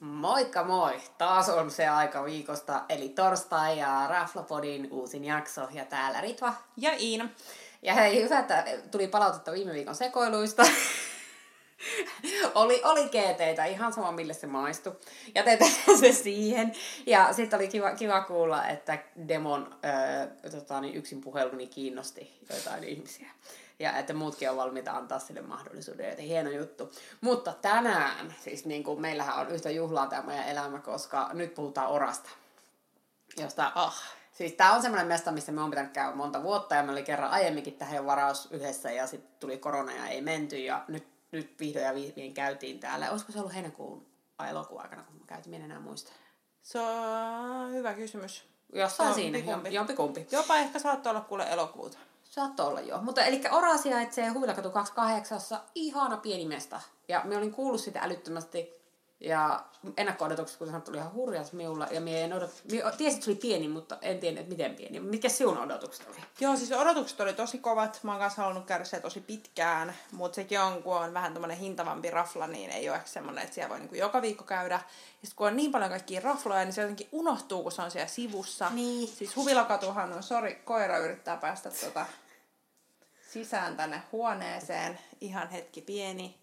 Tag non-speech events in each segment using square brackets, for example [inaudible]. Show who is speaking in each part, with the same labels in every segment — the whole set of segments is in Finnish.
Speaker 1: Moikka moi! Taas on se aika viikosta, eli torstai ja Raflapodin uusin jakso ja täällä Ritva.
Speaker 2: Ja Iina.
Speaker 1: Ja hei, hyvä, että tuli palautetta viime viikon sekoiluista. [laughs] oli, oli GTtä, ihan sama mille se maistui. Jätetään [laughs] se siihen. Ja sitten oli kiva, kiva kuulla, että Demon öö, tota, niin yksin puheluni kiinnosti joitain ihmisiä. Ja että muutkin on valmiita antaa sille mahdollisuuden, joten hieno juttu. Mutta tänään, siis niin kuin meillähän on yhtä juhlaa tämä meidän elämä, koska nyt puhutaan orasta. Josta, ah, Siis tää on semmoinen mesta, missä me on pitänyt käydä monta vuotta ja me oli kerran aiemminkin tähän varaus yhdessä ja sitten tuli korona ja ei menty ja nyt, nyt vihdoin ja viimein käytiin täällä. Olisiko se ollut heinäkuun vai elokuun aikana, kun mä käytiin, minä enää muista.
Speaker 2: Se on hyvä kysymys.
Speaker 1: Jossain
Speaker 2: Joo,
Speaker 1: siinä,
Speaker 2: jompikumpi.
Speaker 1: jompikumpi. jompikumpi.
Speaker 2: Jopa ehkä saattoi olla kuule elokuuta.
Speaker 1: Saattoi olla joo. Mutta eli Ora sijaitsee Huvilakatu 28, ihana pieni mesta. Ja mä olin kuullut sitä älyttömästi. Ja ennakko-odotukset, kun sanottu, oli ihan hurjat miulla. Ja mie en odot... mie tiesin, että se oli pieni, mutta en tiennyt, että miten pieni. Mitkä sinun odotukset oli?
Speaker 2: Joo, siis odotukset oli tosi kovat. Mä oon kanssa halunnut käydä siellä tosi pitkään, mutta sekin on, kun on vähän tämmönen hintavampi rafla, niin ei ole ehkä semmoinen, että siellä voi niinku joka viikko käydä. Ja sit kun on niin paljon kaikkia rafloja, niin se jotenkin unohtuu, kun se on siellä sivussa.
Speaker 1: Niin.
Speaker 2: Siis huvilakatuhan on, sori, koira yrittää päästä tota sisään tänne huoneeseen. Ihan hetki pieni.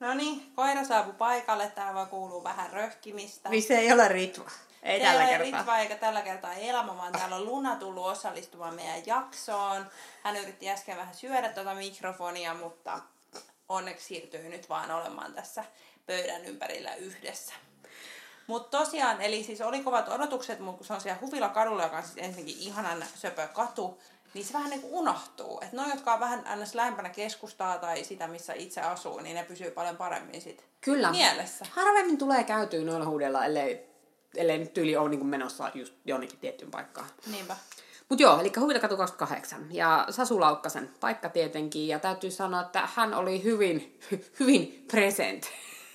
Speaker 2: No niin, koira saapui paikalle. Täällä voi kuuluu vähän röhkimistä.
Speaker 1: Niin se ei ole Ritva. Ei
Speaker 2: Täällä
Speaker 1: tällä
Speaker 2: ei
Speaker 1: kertaa.
Speaker 2: Ritva eikä tällä kertaa Elma, vaan täällä on Luna tullut osallistumaan meidän jaksoon. Hän yritti äsken vähän syödä tuota mikrofonia, mutta onneksi siirtyy nyt vaan olemaan tässä pöydän ympärillä yhdessä. Mutta tosiaan, eli siis oli kovat odotukset, mutta kun se on siellä Huvila kadulla, joka on siis ensinnäkin ihanan söpö katu, niin se vähän niin kuin unohtuu. Että ne, jotka on vähän ns. lähempänä keskustaa tai sitä, missä itse asuu, niin ne pysyy paljon paremmin sit
Speaker 1: Kyllä.
Speaker 2: mielessä.
Speaker 1: Harvemmin tulee käytyä noilla huudella, ellei, ellei nyt tyyli ole niin menossa just jonnekin tiettyyn paikkaan.
Speaker 2: Niinpä.
Speaker 1: Mutta joo, eli Huvilakatu 28 ja Sasu Laukkasen paikka tietenkin. Ja täytyy sanoa, että hän oli hyvin, [laughs] hy- hyvin present.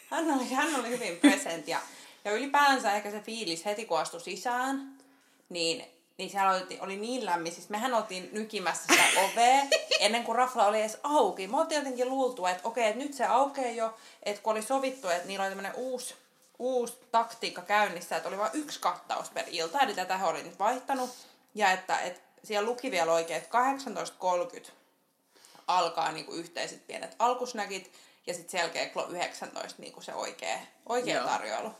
Speaker 2: Hän oli, hän oli hyvin present ja, ja ylipäänsä ehkä se fiilis heti kun astui sisään, niin, niin se oli, oli niin lämmin. Siis mehän oltiin nykimässä sitä ovea ennen kuin rafla oli edes auki. Me oltiin jotenkin luultu, että okei, että nyt se aukeaa jo, että kun oli sovittu, että niillä oli tämmöinen uusi, uusi taktiikka käynnissä, että oli vain yksi kattaus per ilta, eli tätä he oli nyt vaihtanut. Ja että, että siellä luki vielä oikein, että 18.30 alkaa niinku yhteiset pienet alkusnäkit ja sitten selkeä kello 19 niinku se oikea, oikea
Speaker 1: Joo.
Speaker 2: tarjoilu.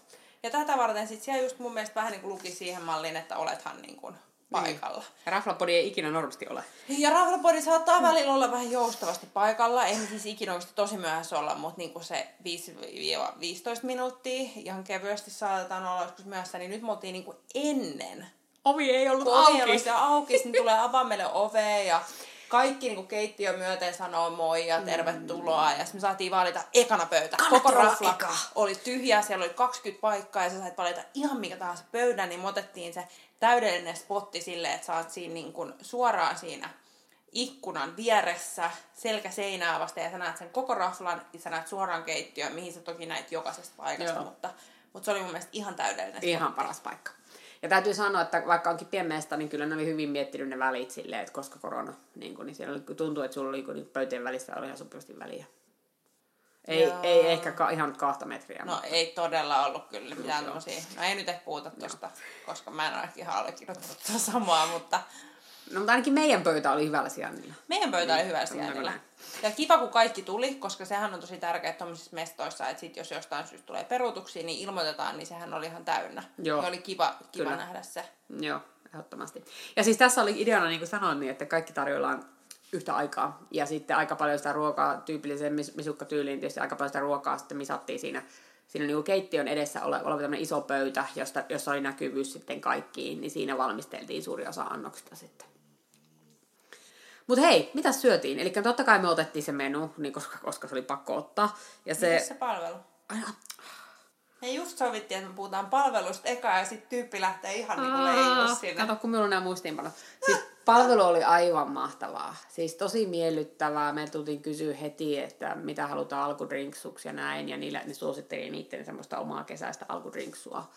Speaker 2: Ja tätä varten sitten siellä just mun mielestä vähän niinku luki siihen malliin, että olethan niinku paikalla.
Speaker 1: Ja Raflapodi ei ikinä normisti ole.
Speaker 2: Niin. Ja Raflapodi saattaa välillä olla vähän joustavasti paikalla. Ei me siis ikinä oikeasti tosi myöhässä olla, mutta niinku se 5-15 minuuttia ihan kevyesti saatetaan olla joskus myöhässä. Niin nyt me oltiin niinku ennen
Speaker 1: Ovi ei ollut
Speaker 2: kun
Speaker 1: auki.
Speaker 2: ovi oli siellä auki, niin tulee avaa meille ovea ja kaikki niin keittiön myöten sanoo moi ja tervetuloa. Ja sitten me saatiin valita ekana pöydä.
Speaker 1: Kannatti
Speaker 2: Koko
Speaker 1: olla
Speaker 2: rafla
Speaker 1: eka.
Speaker 2: oli tyhjä, siellä oli 20 paikkaa ja sä sait valita ihan mikä tahansa pöydän, niin me otettiin se täydellinen spotti sille, että sä oot siinä niin kuin suoraan siinä ikkunan vieressä, selkä seinää vasten ja sä näet sen koko raflan ja sä näet suoraan keittiöön, mihin sä toki näit jokaisesta paikasta,
Speaker 1: Joo.
Speaker 2: mutta, mutta se oli mun mielestä ihan täydellinen.
Speaker 1: Ihan paras paikka. Ja täytyy sanoa, että vaikka onkin pienmeestä, niin kyllä ne oli hyvin miettinyt ne välit silleen, että koska korona, niin, kun, niin siellä oli- tuntuu, että sulla oli kun, niin pöytien välissä oli ihan sopivasti väliä. Ei,
Speaker 2: Joo.
Speaker 1: ei ehkä ka- ihan kahta metriä.
Speaker 2: No ei todella ollut kyllä mitään
Speaker 1: joo.
Speaker 2: tommosia. No ei nyt ehkä puhuta tosta, koska mä en ole ehkä ihan allekirjoittanut tota samaa, mutta
Speaker 1: no mutta ainakin meidän pöytä oli hyvällä sijainnilla.
Speaker 2: meidän pöytä oli hyvä
Speaker 1: sanotaanko
Speaker 2: sijainnilla.
Speaker 1: näin.
Speaker 2: Ja kiva, kun kaikki tuli, koska sehän on tosi tärkeää tuommoisissa mestoissa, että sit jos jostain syystä tulee peruutuksia, niin ilmoitetaan, niin sehän oli ihan täynnä.
Speaker 1: Joo.
Speaker 2: Ja oli kiva, kiva
Speaker 1: Kyllä.
Speaker 2: nähdä se.
Speaker 1: Joo, ehdottomasti. Ja siis tässä oli ideana, niin kuin sanoin, niin, että kaikki tarjoillaan yhtä aikaa. Ja sitten aika paljon sitä ruokaa, tyypilliseen mis- misukkatyyliin tietysti aika paljon sitä ruokaa sitten misattiin siinä, siinä niin kuin keittiön edessä ole, oleva tämmöinen iso pöytä, josta, jossa oli näkyvyys sitten kaikkiin, niin siinä valmisteltiin suuri osa annoksista sitten. Mutta hei, mitä syötiin? Eli totta kai me otettiin se menu, niin koska, koska se oli pakko ottaa. Ja se,
Speaker 2: Mitäs se palvelu?
Speaker 1: Aina-
Speaker 2: Me just sovittiin, että me puhutaan palvelusta eka ja sitten tyyppi lähtee ihan niin kuin
Speaker 1: Aa,
Speaker 2: leijuu sinne.
Speaker 1: Kato, kun minulla on nämä muistiinpanot. Siis palvelu oli aivan mahtavaa. Siis tosi miellyttävää. Me tultiin kysyä heti, että mitä halutaan alkudrinksuksi ja näin. Ja niillä, ne suositteli niiden semmoista omaa kesäistä alkudrinksua.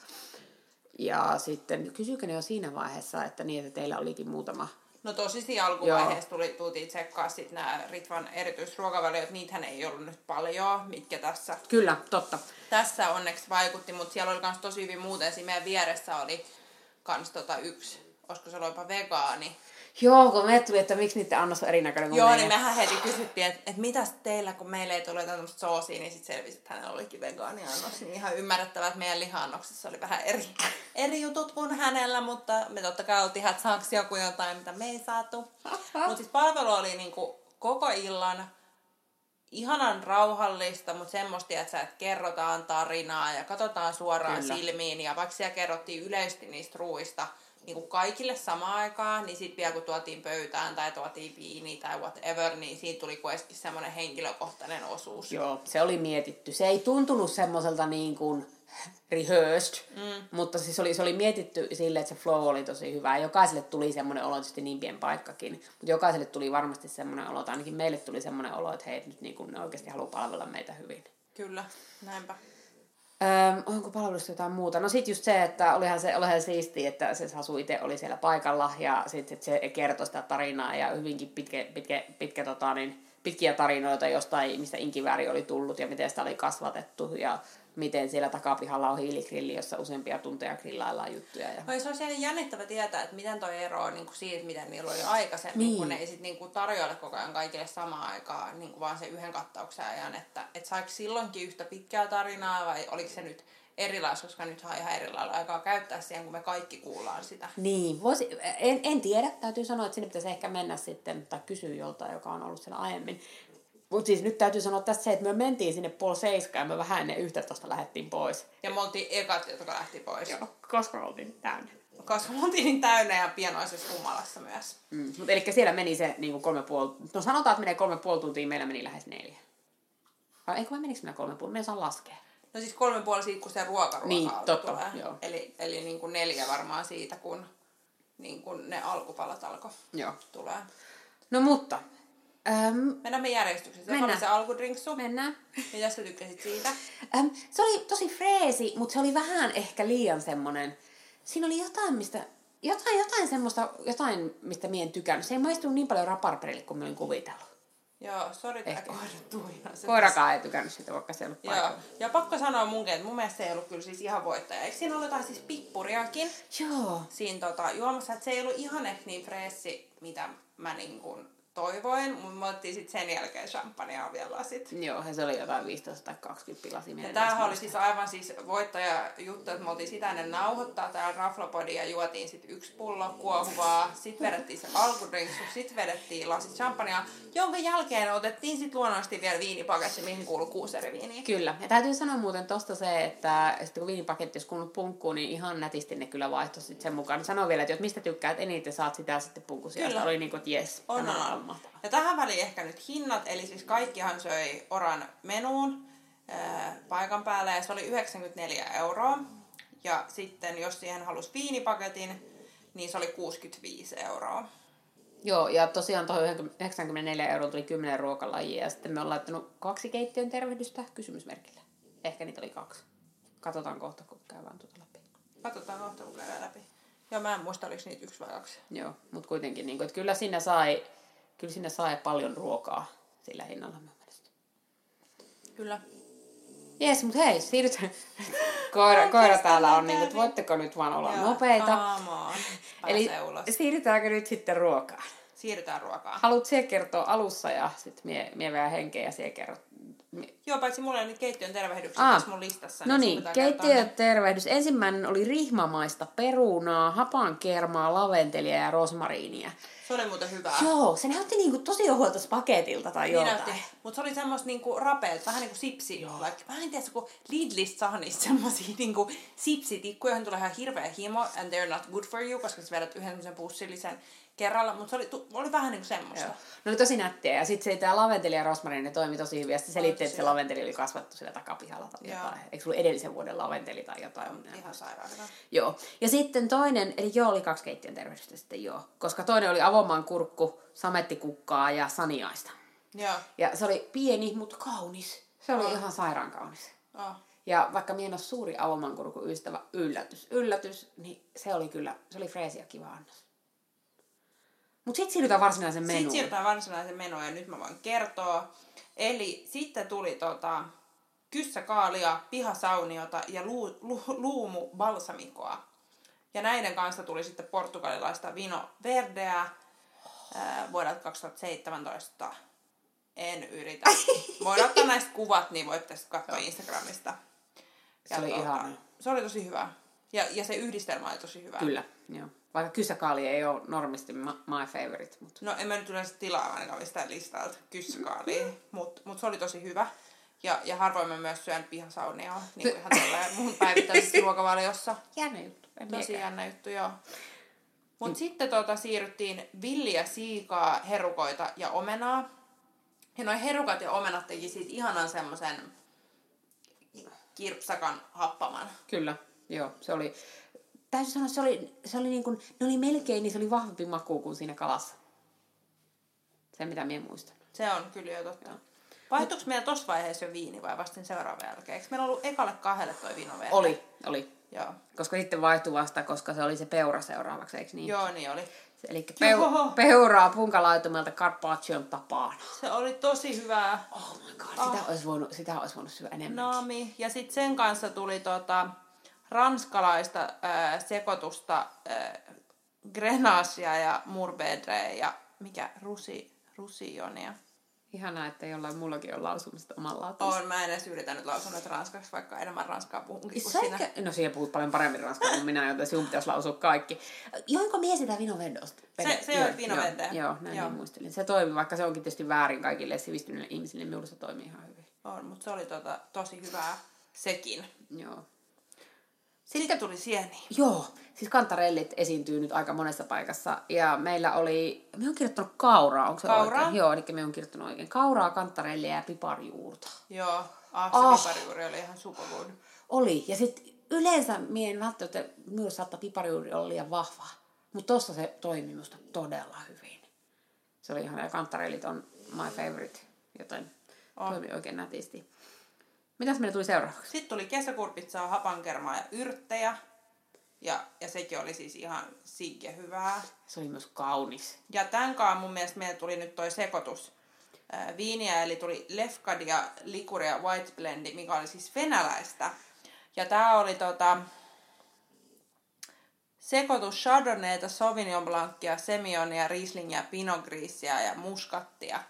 Speaker 1: Ja sitten kysyykö ne jo siinä vaiheessa, että niin, että teillä olikin muutama
Speaker 2: No tosi siinä alkuvaiheessa tuli, tultiin tsekkaa sit nämä Ritvan erityisruokavaliot, niitähän ei ollut nyt paljon, mitkä tässä,
Speaker 1: Kyllä, totta.
Speaker 2: tässä onneksi vaikutti, mutta siellä oli myös tosi hyvin muuten, siinä meidän vieressä oli kans tota yksi, olisiko se ollut jopa vegaani,
Speaker 1: Joo, kun me tuli, että miksi niiden annos on erinäköinen kuin
Speaker 2: Joo,
Speaker 1: meidän.
Speaker 2: niin mehän heti kysyttiin, että et mitäs teillä, kun meille ei tule jotain tämmöistä soosia, niin sitten selvisi, että hänellä olikin vegaaniannos. Niin ihan ymmärrettävää, että meidän lihaannoksessa oli vähän eri, eri jutut kuin hänellä, mutta me totta kai oltiin ihan, että saaks joku jotain, mitä me ei saatu. Mutta siis palvelu oli niinku koko illan ihanan rauhallista, mutta semmoista, että, sä, että kerrotaan tarinaa ja katsotaan suoraan
Speaker 1: Kyllä.
Speaker 2: Kyllä. silmiin. Ja vaikka siellä kerrottiin yleisesti niistä ruuista niin kuin kaikille samaan aikaan, niin sitten vielä kun tuotiin pöytään tai tuotiin viini tai whatever, niin siitä tuli kuitenkin semmoinen henkilökohtainen osuus.
Speaker 1: Joo, se oli mietitty. Se ei tuntunut semmoiselta niin kuin rehearsed, mm. mutta siis oli, se oli mietitty silleen, että se flow oli tosi hyvä. Ja Jokaiselle tuli semmoinen olo, tietysti niin pieni paikkakin, mutta jokaiselle tuli varmasti semmoinen olo, tai ainakin meille tuli semmoinen olo, että hei, nyt niin kuin ne oikeasti haluaa palvella meitä hyvin.
Speaker 2: Kyllä, näinpä.
Speaker 1: Öö, onko palvelusta jotain muuta? No sit just se, että olihan se olihan siistiä, että se Sasu itse oli siellä paikalla ja sitten se kertoi sitä tarinaa ja hyvinkin pitkä, pitkä, pitkä tota, niin, pitkiä tarinoita jostain, mistä inkivääri oli tullut ja miten sitä oli kasvatettu ja miten siellä takapihalla on hiiligrilli, jossa useampia tunteja grillaillaan juttuja. Ja...
Speaker 2: No se olisi ihan jännittävä tietää, että miten toi ero on niin kuin siitä, miten niillä oli aikaisemmin,
Speaker 1: Niin.
Speaker 2: niin. kun ne ei sit niin kuin tarjoile koko ajan kaikille samaan aikaan, niin kuin vaan se yhden kattauksen ajan, että et saiko silloinkin yhtä pitkää tarinaa vai oliko se nyt erilais, koska nyt on ihan eri lailla aikaa käyttää siihen, kun me kaikki kuullaan sitä.
Speaker 1: Niin, voisi, en, en tiedä. Täytyy sanoa, että sinne pitäisi ehkä mennä sitten tai kysyä joltain, joka on ollut siellä aiemmin. Mutta siis nyt täytyy sanoa tässä se, että me mentiin sinne puoli seiskaan ja me vähän ennen 11 lähdettiin pois.
Speaker 2: Ja me oltiin ekat, jotka lähti pois. Joo.
Speaker 1: koska oltiin täynnä.
Speaker 2: Koska me oltiin niin täynnä ja pienoisessa humalassa myös.
Speaker 1: Mm. Mutta eli siellä meni se niin kuin kolme puoli, no sanotaan, että menee kolme puoli tuntia, meillä meni lähes neljä. Vai eikö vai menikö meillä kolme puoli, me en saa laskea.
Speaker 2: No siis kolme puoli siitä, kun se ruokaruoka
Speaker 1: Niin,
Speaker 2: alkoi
Speaker 1: totta,
Speaker 2: tulee.
Speaker 1: joo.
Speaker 2: Eli, eli niin kuin neljä varmaan siitä, kun, niin kuin ne alkupalat alkoi
Speaker 1: Joo.
Speaker 2: tulee.
Speaker 1: No mutta, äm,
Speaker 2: Mennään me järjestyksessä. Mennään.
Speaker 1: Mennään.
Speaker 2: Joka oli se alkudrinksu.
Speaker 1: mennään.
Speaker 2: Mitä sä tykkäsit siitä?
Speaker 1: Äm, se oli tosi freesi, mutta se oli vähän ehkä liian semmonen, siinä oli jotain, mistä, jotain, jotain semmoista, jotain, mistä mie en tykännyt. Se ei maistunut niin paljon raparperille kuin mä olin kuvitellut.
Speaker 2: Joo, sori, tämä
Speaker 1: Ehkä.
Speaker 2: koira tuina. Se
Speaker 1: Koirakaan ei tykännyt siitä, vaikka se ei ollut
Speaker 2: Joo,
Speaker 1: paikalla.
Speaker 2: ja pakko sanoa munkin, että mun mielestä se ei ollut kyllä siis ihan voittaja. Eikö siinä ollut jotain siis pippuriakin
Speaker 1: Joo.
Speaker 2: siinä tota, juomassa? Että se ei ollut ihan ehkä niin freessi, mitä mä niin kuin toivoin. Mun me otettiin sitten sen jälkeen champagnea vielä lasit.
Speaker 1: Joo, se oli jotain 15 tai 20 lasia.
Speaker 2: Ja tämähän oli siis aivan siis voittaja juttu, että me oltiin sitä ennen nauhoittaa täällä raflapodia ja juotiin sitten yksi pullo kuohuvaa, sitten vedettiin se alkudrinksu, sitten vedettiin lasit champagnea, jonka jälkeen otettiin sitten luonnollisesti vielä viinipaketti, mihin kuuluu kuusi eri viiniä.
Speaker 1: Kyllä. Ja täytyy sanoa muuten tosta se, että sitten kun viinipaketti olisi kuullut punkkuun, niin ihan nätisti ne kyllä vaihtoi sit sen mukaan. Ne sanoi vielä, että jos mistä tykkäät eniten, saat sitä sitten punkkusijasta.
Speaker 2: Kyllä.
Speaker 1: Oli niin kuin, että jes,
Speaker 2: On,
Speaker 1: tämä
Speaker 2: on.
Speaker 1: mahtavaa.
Speaker 2: Ja tähän väliin ehkä nyt hinnat, eli siis kaikkihan söi oran menuun ää, paikan päällä ja se oli 94 euroa. Ja sitten jos siihen halusi viinipaketin, niin se oli 65 euroa.
Speaker 1: Joo, ja tosiaan tuohon 94 euroa tuli 10 ruokalajia, ja sitten me on laittanut kaksi keittiön tervehdystä kysymysmerkillä. Ehkä niitä oli kaksi. Katsotaan kohta, kun käydään tuota läpi.
Speaker 2: Katsotaan kohta, kun käydään läpi. Joo, mä en muista, oliko niitä yksi vai kaksi.
Speaker 1: Joo, mutta kuitenkin, niin kuin, että kyllä sinne sai, kyllä sinne sai paljon ruokaa sillä hinnalla mun mielestä.
Speaker 2: Kyllä.
Speaker 1: Jes, mut hei, siirrytään. Koira, koira täällä on
Speaker 2: kestämätöntä.
Speaker 1: niin, että voitteko nyt vaan olla nopeita. Eli
Speaker 2: Eli... ulos.
Speaker 1: siirrytäänkö nyt sitten ruokaan?
Speaker 2: Siirrytään ruokaan.
Speaker 1: Haluat sie kertoa alussa ja sitten mie, mie vähän henkeä ja sie kerrot.
Speaker 2: Joo, paitsi mulla ei nyt keittiön tervehdykset
Speaker 1: Aa.
Speaker 2: tässä mun listassa.
Speaker 1: No
Speaker 2: sun
Speaker 1: niin,
Speaker 2: pitää
Speaker 1: keittiö
Speaker 2: kertoa ne.
Speaker 1: tervehdys. Ensimmäinen oli rihmamaista perunaa, hapankermaa, laventelia ja rosmariinia.
Speaker 2: Se oli muuten hyvää.
Speaker 1: Joo, se näytti niinku tosi ohuelta paketilta tai
Speaker 2: Ah. Niin
Speaker 1: jotain.
Speaker 2: näytti. Mutta se oli semmoista niinku rapeet, vähän niinku sipsi. Like, mä en tiedä, kun Lidlistä saa niistä semmosia niinku sipsitikkuja, joihin tulee ihan hirveä himo, and they're not good for you, koska sä vedät yhden semmoisen pussillisen kerralla, mutta se oli, tu- oli vähän niinku semmoista.
Speaker 1: Joo. Ne oli tosi nättiä. Ja sitten se tämä laventeli ja rosmarin, ne toimi tosi hyvin. Ja sitten selitti,
Speaker 2: tosi
Speaker 1: että se
Speaker 2: hyvä.
Speaker 1: laventeli oli kasvattu siellä takapihalla tai
Speaker 2: Joo.
Speaker 1: jotain. Eikö se ollut edellisen vuoden laventeli tai jotain?
Speaker 2: Ihan sairaan hyvä.
Speaker 1: Joo. Ja sitten toinen, eli joo, oli kaksi keittiön tervehdystä sitten joo. Koska toinen oli avomaan kurkku, samettikukkaa ja saniaista.
Speaker 2: Joo.
Speaker 1: Ja se oli pieni, mutta kaunis. Se oli
Speaker 2: Joo.
Speaker 1: ihan sairaan kaunis.
Speaker 2: Oh.
Speaker 1: Ja vaikka minä en ole suuri avomankurkun ystävä, yllätys, yllätys, niin se oli kyllä, se oli freesi ja kiva annos. Mutta sitten siirrytään varsinaisen menuun.
Speaker 2: Sitten siirrytään varsinaiseen menoon ja nyt mä voin kertoa. Eli sitten tuli tota, kyssäkaalia, pihasauniota ja lu, lu, luumu balsamikoa. Ja näiden kanssa tuli sitten portugalilaista vino verdeä ää, vuodelta 2017. En
Speaker 1: [laughs]
Speaker 2: yritä. Voin ottaa näistä kuvat, niin voitte sitten katsoa Instagramista. tota,
Speaker 1: Se oli ihana.
Speaker 2: Se oli tosi hyvä. Ja, ja se yhdistelmä oli tosi hyvä.
Speaker 1: Kyllä, joo. Vaikka kysäkaali ei ole normisti ma- my favorite, mutta
Speaker 2: No en mä nyt yleensä tilaa ainakaan mistään listalta kyssäkaalia, mutta mut se oli tosi hyvä. Ja, ja harvoin mä myös syön pihasaunia, niin kuin ihan tolleen mun päivittäisessä ruokavaliossa.
Speaker 1: jännä juttu. En
Speaker 2: Tosi
Speaker 1: miekään.
Speaker 2: jännä juttu, joo. Mutta sitten tota, siirryttiin villiä, siikaa, herukoita ja omenaa. Ja noi herukat ja omenat teki siitä ihanan semmoisen kirpsakan happaman.
Speaker 1: Kyllä, joo. Se oli, täytyy sanoa, se oli, se oli niin kuin, ne oli melkein, niin se oli vahvempi maku kuin siinä kalassa. Se mitä minä muistan.
Speaker 2: Se on kyllä jo totta. Vaihtuiko meillä tuossa vaiheessa jo viini vai vasta sen seuraavan jälkeen? Eikö meillä ollut ekalle kahdelle toi vino vielä?
Speaker 1: Oli, oli.
Speaker 2: Joo.
Speaker 1: Koska sitten vaihtui vasta, koska se oli se peura seuraavaksi, eikö niin?
Speaker 2: Joo, niin oli.
Speaker 1: Eli
Speaker 2: Joo.
Speaker 1: peu- peuraa punkalaitumelta Carpaccion tapaan.
Speaker 2: Se oli tosi hyvää
Speaker 1: Oh my god, sitä, olisi voinut, sitä olisi voinut syödä enemmän.
Speaker 2: naami. Ja sitten sen kanssa tuli tota, ranskalaista ää, sekoitusta ää, grenaasia ja murvedreä ja mikä rusi, rusionia.
Speaker 1: Ihanaa, että jollain mullakin on lausumista omalla
Speaker 2: On, mä en edes yritänyt lausua nyt ranskaksi, vaikka enemmän ranskaa puhunkin kuin
Speaker 1: Sä
Speaker 2: sinä.
Speaker 1: ehkä... No siihen puhut paljon paremmin ranskaa kuin minä, joten sinun pitäisi lausua kaikki. Joinko mie sitä vinovendosta?
Speaker 2: Se- se
Speaker 1: Joo,
Speaker 2: on vinovendoja.
Speaker 1: Joo, joo, näin
Speaker 2: Joo.
Speaker 1: joo. muistelin. Se toimii, vaikka se onkin tietysti väärin kaikille sivistyneille ihmisille, minulla se toimii ihan hyvin.
Speaker 2: On, mutta se oli tota, tosi hyvää sekin.
Speaker 1: Joo.
Speaker 2: Sitten tuli sieni.
Speaker 1: Joo, siis kantarellit esiintyy nyt aika monessa paikassa. Ja meillä oli, me on kirjoittanut kauraa, onko se
Speaker 2: Kauraa?
Speaker 1: oikein? Joo, eli me on kirjoittanut oikein. Kauraa, kantarellia ja piparjuurta.
Speaker 2: Joo, ah,
Speaker 1: Ah.
Speaker 2: se oh. oli ihan supergood.
Speaker 1: Oli, ja sitten yleensä mie en välttämättä, minulla saattaa piparjuuri olla liian vahva. Mutta tossa se toimi minusta todella hyvin. Se oli ihan, ja kantarellit on my favorite, joten
Speaker 2: On.
Speaker 1: toimi oikein nätisti. Mitäs meillä tuli seuraavaksi?
Speaker 2: Sitten tuli kesäkurpitsaa, hapankermaa ja yrttejä. Ja, ja sekin oli siis ihan sinke hyvää.
Speaker 1: Se oli myös kaunis.
Speaker 2: Ja tämän kanssa mun mielestä meillä tuli nyt toi sekoitus ää, viiniä, eli tuli lefkadia, likuria, white blendi, mikä oli siis venäläistä. Ja tää oli tota, sekoitus Chardonnayta, Sauvignon Blancia, Semionia, Rieslingia, Pinot Grisia ja Muskattia.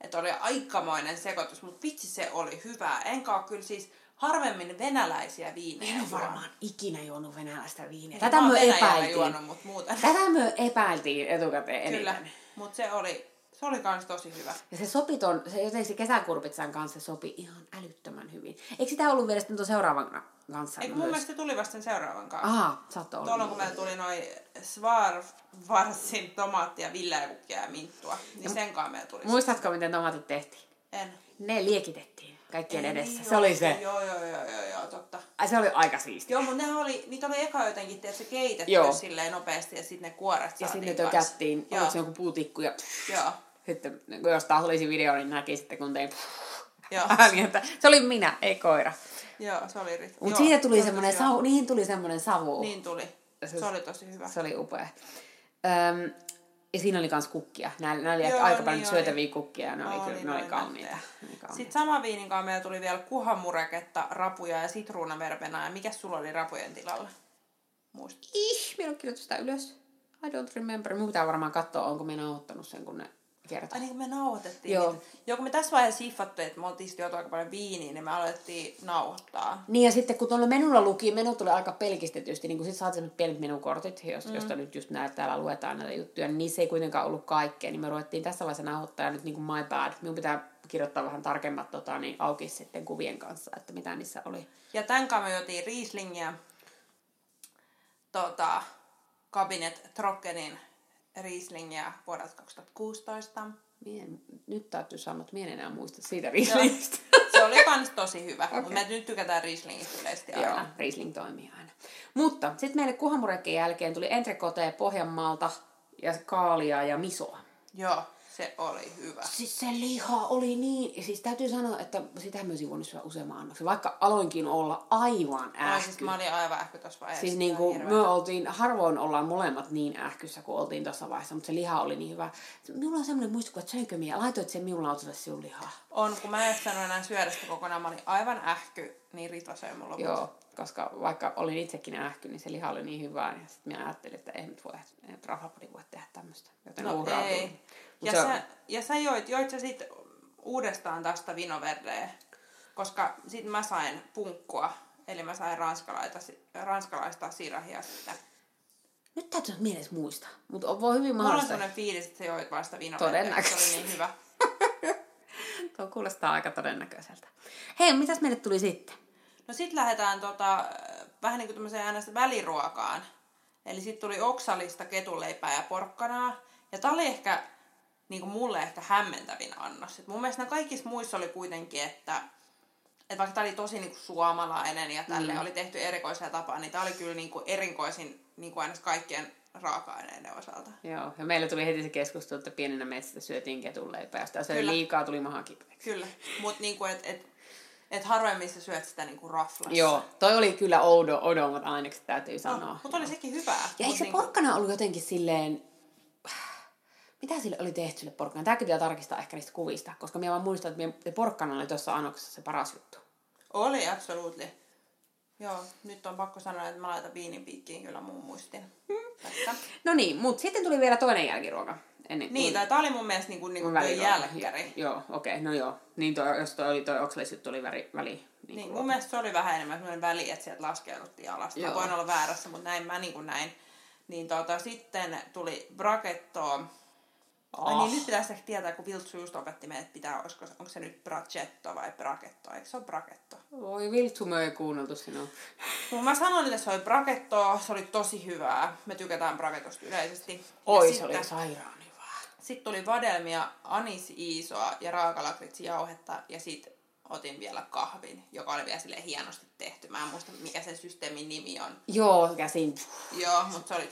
Speaker 2: Että oli aikamoinen sekoitus, mutta vitsi se oli hyvää. Enkä ole kyllä siis harvemmin venäläisiä viinejä.
Speaker 1: En ole
Speaker 2: juonut.
Speaker 1: no varmaan ikinä juonut venäläistä viiniä.
Speaker 2: Mä
Speaker 1: Tätä
Speaker 2: oon
Speaker 1: myö
Speaker 2: Venäjällä
Speaker 1: epäiltiin.
Speaker 2: juonut, mutta muuten.
Speaker 1: Tätä myö epäiltiin etukäteen eniten.
Speaker 2: Kyllä, mutta se oli, se oli kans tosi hyvä.
Speaker 1: Ja se sopi ton, se jotenkin se kesäkurpitsan kanssa sopi ihan älyttömän hyvin. Eikö sitä ollut vielä sitten ton seuraavan kanssa?
Speaker 2: Eikö
Speaker 1: myös?
Speaker 2: mun mielestä se tuli vasta sen seuraavan kanssa.
Speaker 1: Aa, saattoi olla.
Speaker 2: Tuolloin kun meillä tuli noin Svarvarsin tomaattia, villäkukkia ja minttua, niin sen kanssa meillä tuli.
Speaker 1: Muistatko, miten tomaatit tehtiin?
Speaker 2: en.
Speaker 1: Ne liekitettiin kaikkien
Speaker 2: Ei,
Speaker 1: edessä.
Speaker 2: niin
Speaker 1: se oli
Speaker 2: joo,
Speaker 1: se.
Speaker 2: Joo, joo, joo, joo, joo, totta.
Speaker 1: Ai, se oli aika siisti.
Speaker 2: Joo, mutta ne oli, niitä oli eka jotenkin tietysti keitetty
Speaker 1: Joo.
Speaker 2: silleen nopeasti ja sitten ne kuoret
Speaker 1: Ja
Speaker 2: saatiin
Speaker 1: sitten ne
Speaker 2: kans.
Speaker 1: tökättiin,
Speaker 2: Joo,
Speaker 1: oliko se joku puutikku ja
Speaker 2: joo,
Speaker 1: sitten kun jos taas olisi video, niin näki sitten kun tein [laughs]
Speaker 2: joo,
Speaker 1: ääntä. Se oli minä, ei koira.
Speaker 2: joo, se oli rit.
Speaker 1: Mutta
Speaker 2: joo,
Speaker 1: siitä tuli
Speaker 2: tosi
Speaker 1: semmoinen
Speaker 2: hyvä.
Speaker 1: savu, niihin tuli semmoinen savu.
Speaker 2: Niin tuli.
Speaker 1: Se-
Speaker 2: Se oli tosi hyvä.
Speaker 1: Se oli upea. Öm, ja siinä oli myös kukkia. Nämä, nämä oli
Speaker 2: Joo,
Speaker 1: aika
Speaker 2: niin
Speaker 1: paljon
Speaker 2: oli.
Speaker 1: syötäviä kukkia ja ne oli,
Speaker 2: Joo,
Speaker 1: kyllä,
Speaker 2: niin
Speaker 1: ne oli
Speaker 2: oli
Speaker 1: kauniita.
Speaker 2: nättejä.
Speaker 1: Ne oli kauniita.
Speaker 2: Sitten sama viinin kanssa meillä tuli vielä kuhamureketta, rapuja ja sitruunaverbenaa. Ja mikä sulla oli rapujen tilalla? Muista.
Speaker 1: Ih, minä en ole kirjoittanut sitä ylös. I don't remember. Minun pitää varmaan katsoa, onko minä ottanut sen, kun ne kertoo.
Speaker 2: Ai niin, kun me nauhoitettiin.
Speaker 1: Joo.
Speaker 2: niitä. Joo, kun me tässä vaiheessa siffattiin, että me oltiin sitten juotu aika paljon viiniä, niin me alettiin nauhoittaa.
Speaker 1: Niin ja sitten kun tuolla menulla luki, menu tulee aika pelkistetysti, niin kun sit saat sellaiset pienet menukortit, jos, mm. josta nyt just näet, täällä luetaan näitä juttuja, niin niissä ei kuitenkaan ollut kaikkea, niin me ruvettiin tässä vaiheessa nauhoittaa ja nyt niin kuin my bad. Minun pitää kirjoittaa vähän tarkemmat tota, niin auki sitten kuvien kanssa, että mitä niissä oli.
Speaker 2: Ja tämän kanssa me juotiin Rieslingiä, tota, Kabinet Trockenin Rieslingiä vuodelta 2016.
Speaker 1: Mien, nyt täytyy sanoa, että minä en enää muista siitä Rieslingistä.
Speaker 2: Se oli kans tosi hyvä. Okay.
Speaker 1: [laughs] Okei.
Speaker 2: Me nyt tykätään Rieslingistä yleisesti
Speaker 1: Joo,
Speaker 2: aina.
Speaker 1: Riesling toimii aina. Mutta sitten meille kuhamurekkien jälkeen tuli entrekote Pohjanmaalta ja kaalia ja misoa.
Speaker 2: Joo. Se oli hyvä.
Speaker 1: Siis se liha oli niin, siis täytyy sanoa, että sitä mä olisin voinut syödä useamman annoksen, vaikka aloinkin olla aivan
Speaker 2: Ai siis
Speaker 1: ähky.
Speaker 2: mä olin aivan ähky tuossa vaiheessa.
Speaker 1: Siis
Speaker 2: Ihan
Speaker 1: niin kuin
Speaker 2: hirveä.
Speaker 1: me oltiin, harvoin ollaan molemmat niin ähkyssä kuin oltiin tuossa vaiheessa, mutta se liha oli niin hyvä. Minulla on semmoinen muistikuva, että söinkö minä, laitoit sen minun lautalle sinun lihaa.
Speaker 2: On, kun mä en sanonut enää syödä sitä kokonaan. Mä olin aivan ähky, niin Rita söi mun loput.
Speaker 1: Joo, koska vaikka olin itsekin ähky, niin se liha oli niin hyvää, ja sitten minä ajattelin, että ei nyt voi, että rahapodi voi tehdä tämmöistä, joten
Speaker 2: No
Speaker 1: uhrauduin.
Speaker 2: ei.
Speaker 1: Mut
Speaker 2: Ja,
Speaker 1: se-
Speaker 2: sä, ja sä joit, joit sä sit uudestaan tästä vinoverdeä, koska sit mä sain punkkua, eli mä sain ranskalaista, ranskalaista sirahia sitä.
Speaker 1: Nyt täytyy mielessä muistaa, mutta voi hyvin
Speaker 2: Mulla on
Speaker 1: mahdollista.
Speaker 2: sellainen fiilis, että sä joit vaan sitä vinoverdeä,
Speaker 1: Todennäköisesti.
Speaker 2: se oli niin hyvä.
Speaker 1: [laughs] Tuo kuulostaa aika todennäköiseltä. Hei, mitäs meille tuli sitten?
Speaker 2: No sit lähdetään tota, äh, vähän niin kuin tämmöiseen äänestä väliruokaan. Eli sit tuli oksalista ketuleipää ja porkkanaa. Ja tää oli ehkä niin kuin mulle ehkä hämmentävin annos. Et mun mielestä nää kaikissa muissa oli kuitenkin, että, että vaikka tää oli tosi niin kuin suomalainen ja tälle mm. oli tehty erikoisella tapaa, niin tää oli kyllä niin kuin erikoisin niin kuin aina kaikkien raaka-aineiden osalta.
Speaker 1: Joo, ja meillä tuli heti se keskustelu, että pienenä meistä syötiin ketunleipää, ja sitä söi
Speaker 2: Kyllä.
Speaker 1: liikaa, tuli maha kipeäksi.
Speaker 2: Kyllä, mutta niin kuin, että et, et harvemmin sä syöt sitä niin kuin raflassa.
Speaker 1: Joo, toi oli kyllä oudo, odommat ainekset, täytyy
Speaker 2: No,
Speaker 1: sanoa.
Speaker 2: mutta oli sekin hyvää.
Speaker 1: Ja
Speaker 2: mut
Speaker 1: eikö se
Speaker 2: niinku-
Speaker 1: porkkana ollut jotenkin silleen... [sighs] Mitä sille oli tehty sille porkkana? Tämäkin pitää tarkistaa ehkä niistä kuvista, koska minä vaan muistan, että mie- se porkkana oli tuossa annoksessa se paras juttu.
Speaker 2: Oli, absoluutely. Joo, nyt on pakko sanoa, että mä laitan viinin piikkiin kyllä mun muistin. Tästä.
Speaker 1: No niin, mutta sitten tuli vielä toinen jälkiruoka. Ennen kuin-
Speaker 2: Niin, tai tää oli mun mielestä niinku, niinku
Speaker 1: kuin
Speaker 2: toi
Speaker 1: väliruoka.
Speaker 2: jälkkäri. Niin,
Speaker 1: Joo, okei, okay, no joo. Niin toi, jos toi oli toi oksalisjuttu oli väri, väli. Niin,
Speaker 2: Niin,
Speaker 1: niin
Speaker 2: mun mielestä se oli vähän enemmän sellainen väli, että sieltä laskeuduttiin alas. Mä
Speaker 1: Joo.
Speaker 2: voin olla väärässä, mutta näin mä niinku näin. Niin tota, sitten tuli brakettoa. Ai
Speaker 1: Ah.
Speaker 2: niin, nyt pitäisi ehkä tietää, kun Viltsu just opetti meille, että pitää, olisiko, se- onko se nyt bracetto vai braketto. Eikö se ole braketto?
Speaker 1: Voi viltsu, me ei kuunneltu sinua.
Speaker 2: Kun mä sanoin, että se oli brakettoa, se oli tosi hyvää. Me tykätään braketosta yleisesti. Ja
Speaker 1: Oi, se
Speaker 2: sitten-
Speaker 1: oli sairaan hyvää.
Speaker 2: Sitten tuli vadelmia, anisiisoa ja raakalakriksi jauhetta ja sitten otin vielä kahvin, joka oli vielä sille hienosti tehty. Mä en muista, mikä sen systeemin nimi on.
Speaker 1: Joo, käsin.
Speaker 2: Joo, mutta se oli...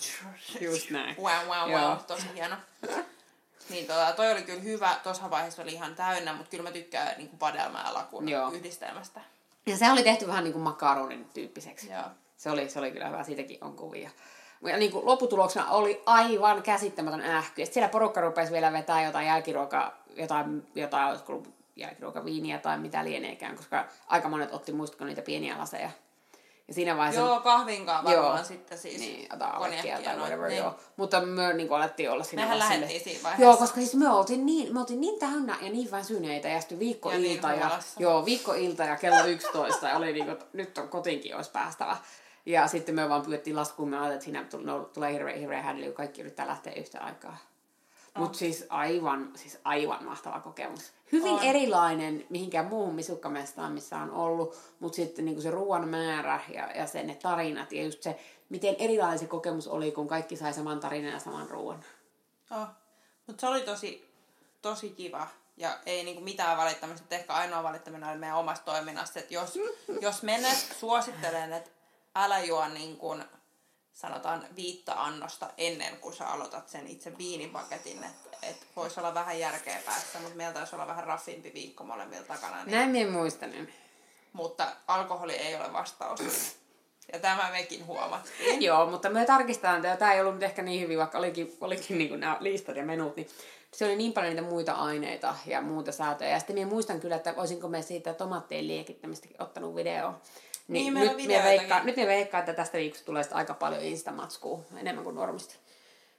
Speaker 1: Just näin.
Speaker 2: Wow, wow,
Speaker 1: Joo.
Speaker 2: wow, tosi hieno. Niin tota, toi oli kyllä hyvä, tuossa vaiheessa oli ihan täynnä, mutta kyllä mä tykkään niinku vadelmaa ja lakun
Speaker 1: Joo.
Speaker 2: yhdistelmästä.
Speaker 1: Ja se oli tehty vähän niin kuin makaronin tyyppiseksi.
Speaker 2: Joo.
Speaker 1: Se oli, se oli kyllä hyvä, siitäkin on kuvia. Ja niin kuin lopputuloksena oli aivan käsittämätön ähky. Ja sit siellä porukka rupesi vielä vetää jotain jälkiruokaa, jotain, jotain olisiko ollut jälkiruokaviiniä tai mitä lieneekään, koska aika monet otti muistako niitä pieniä laseja. Ja siinä vaiheessa...
Speaker 2: Joo, kahvinkaan
Speaker 1: Joo.
Speaker 2: varmaan sitten siis.
Speaker 1: Niin, jotain
Speaker 2: konjakkia
Speaker 1: alekkia tai
Speaker 2: noin,
Speaker 1: whatever,
Speaker 2: niin.
Speaker 1: joo. Mutta me niin alettiin olla siinä
Speaker 2: Mehän
Speaker 1: vaan silleen-
Speaker 2: lähdettiin siinä vaiheessa.
Speaker 1: Joo, koska siis me oltiin niin, me oltiin niin täynnä ja niin väsyneitä ja sitten viikkoilta
Speaker 2: Ja
Speaker 1: ja,
Speaker 2: niin
Speaker 1: ja
Speaker 2: humalassa.
Speaker 1: joo, viikkoilta ja kello 11 ja oli niin kuin, nyt on kotiinkin olisi päästävä. Ja sitten me vaan pyydettiin laskuun, me ajattelin, että siinä tuli- no, tulee hirveä, hirveä hädely, kun kaikki yrittää lähteä yhtä aikaa. Mutta siis aivan, siis aivan mahtava kokemus. Hyvin
Speaker 2: On.
Speaker 1: erilainen mihinkään muuhun misukkamestaan, missä on ollut, mutta sitten niinku se ruoan määrä ja, ja se, ne tarinat ja just se, miten erilainen se kokemus oli, kun kaikki sai saman tarinan ja saman ruoan.
Speaker 2: Oh. Mutta se oli tosi, tosi kiva. Ja ei niinku mitään valittamista. Et Ehkä ainoa valittaminen oli meidän omasta toiminnasta. Et jos, jos menet, suosittelen, että älä juo niin kun, sanotaan viittä annosta ennen kuin sä aloitat sen itse viinipaketin. Että et voisi olla vähän järkeä päässä, mutta meillä taisi olla vähän raffimpi viikko molemmilla takana. Niin.
Speaker 1: Näin minä muistanen.
Speaker 2: Mutta alkoholi ei ole vastaus. Ja tämä mekin huomattiin. Niin,
Speaker 1: Joo, mutta me tarkistetaan, tämä tämä ei ollut nyt ehkä niin hyvin, vaikka olikin, olikin niin nämä listat ja menut, niin se oli niin paljon niitä muita aineita ja muuta säätöjä. Ja sitten minä muistan kyllä, että olisinko me siitä tomaattien liekittämistäkin ottanut video.
Speaker 2: Niin,
Speaker 1: Niin,
Speaker 2: meillä
Speaker 1: nyt,
Speaker 2: on
Speaker 1: minä
Speaker 2: videoitakin.
Speaker 1: veikkaan, nyt minä veikkaan, että tästä viikosta tulee sitten aika paljon instamatskua, enemmän kuin normisti.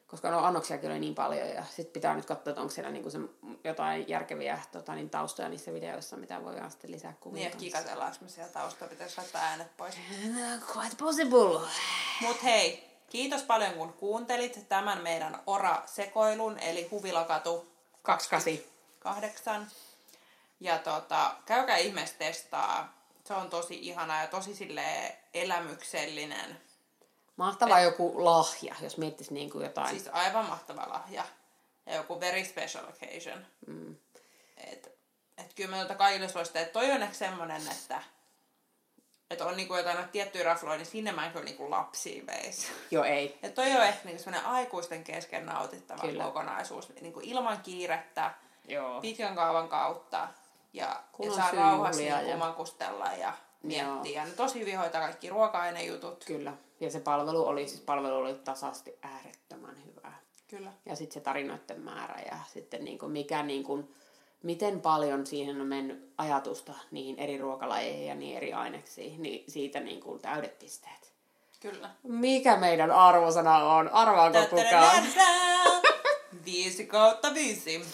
Speaker 1: Koska no annoksiakin oli niin paljon ja sitten pitää nyt katsoa, että onko siellä niinku se, jotain järkeviä tota, niin taustoja niissä videoissa, mitä voidaan sitten lisää kuvia.
Speaker 2: Niin, että kikatellaanko me siellä taustalla, pitäisi laittaa äänet pois.
Speaker 1: Quite possible.
Speaker 2: Mut hei, kiitos paljon kun kuuntelit tämän meidän Ora-sekoilun, eli Huvilakatu
Speaker 1: 28.
Speaker 2: 8. Ja tota, käykää ihmeessä testaa. Se on tosi ihana ja tosi sille elämyksellinen.
Speaker 1: Mahtava joku lahja, jos miettisi niin kuin jotain. Eh. Siis...
Speaker 2: Siis aivan mahtava lahja. Ja joku very special occasion. Mm. Et, et kyllä mä tota kaikille suosittelen, että toi on ehkä semmonen, että Että on niinku jotain noita tiettyjä rafloja, niin sinne mä en kyllä niinku lapsiin veisi.
Speaker 1: Joo, ei.
Speaker 2: Ja toi on ehkä niinku semmoinen aikuisten kesken nautittava
Speaker 1: Kyllä.
Speaker 2: kyllä. kokonaisuus. Niinku ilman kiirettä,
Speaker 1: Joo.
Speaker 2: pitkän kaavan kautta. Ja,
Speaker 1: Kun
Speaker 2: ja
Speaker 1: on
Speaker 2: saa
Speaker 1: syyjuhlia
Speaker 2: rauhassa
Speaker 1: ja-
Speaker 2: niinku makustella ja
Speaker 1: Joo.
Speaker 2: miettiä. Ja ne tosi hyvin hoitaa kaikki ruoka-ainejutut.
Speaker 1: Kyllä. Ja se palvelu oli, siis palvelu oli tasasti äärettömän hyvää.
Speaker 2: Kyllä.
Speaker 1: Ja sitten se tarinoiden määrä ja sitten niinku mikä niinku, miten paljon siihen on mennyt ajatusta niihin eri ruokalajeihin ja niin eri aineksiin, niin siitä niinku täydet pisteet.
Speaker 2: Kyllä.
Speaker 1: Mikä meidän arvosana on? Arvaako kukaan?
Speaker 2: Tätätätätä! Viisi kautta viisi.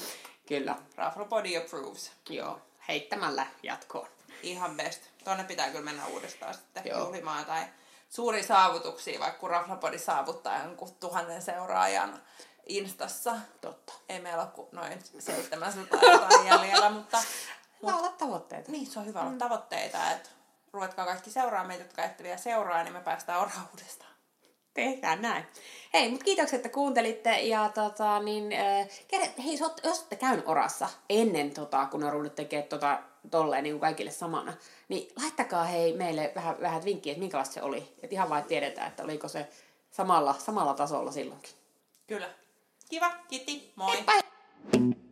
Speaker 1: Kyllä,
Speaker 2: Raflopodi approves.
Speaker 1: joo. Heittämällä jatkoon.
Speaker 2: Ihan best. Tonne pitää kyllä mennä uudestaan sitten
Speaker 1: Joo.
Speaker 2: Joo. juhlimaan tai suuria saavutuksia, vaikka kun Raflapodi saavuttaa jonkun tuhannen seuraajan instassa.
Speaker 1: Totta.
Speaker 2: Ei meillä ole kuin noin 700 jotain jäljellä, mutta
Speaker 1: Hyvä olla tavoitteita.
Speaker 2: niin, se on hyvä olla tavoitteita, että ruvetkaa kaikki seuraa meitä, jotka ette vielä seuraa, niin me päästään oraan uudestaan.
Speaker 1: Tehdään näin. Hei, mutta kiitoksia, että kuuntelitte. Ja tota, niin, äh, kerran- hei, jos oot- jos olette käynyt orassa ennen, tota, kun on ruvunut tekemään tota, tolleen niin kuin kaikille samana, niin laittakaa hei meille vähän, vähän vinkkiä, että minkälaista se oli. Että ihan vain tiedetään, että oliko se samalla, samalla tasolla silloinkin.
Speaker 2: Kyllä. Kiva, kiitti, moi!
Speaker 1: Heippa!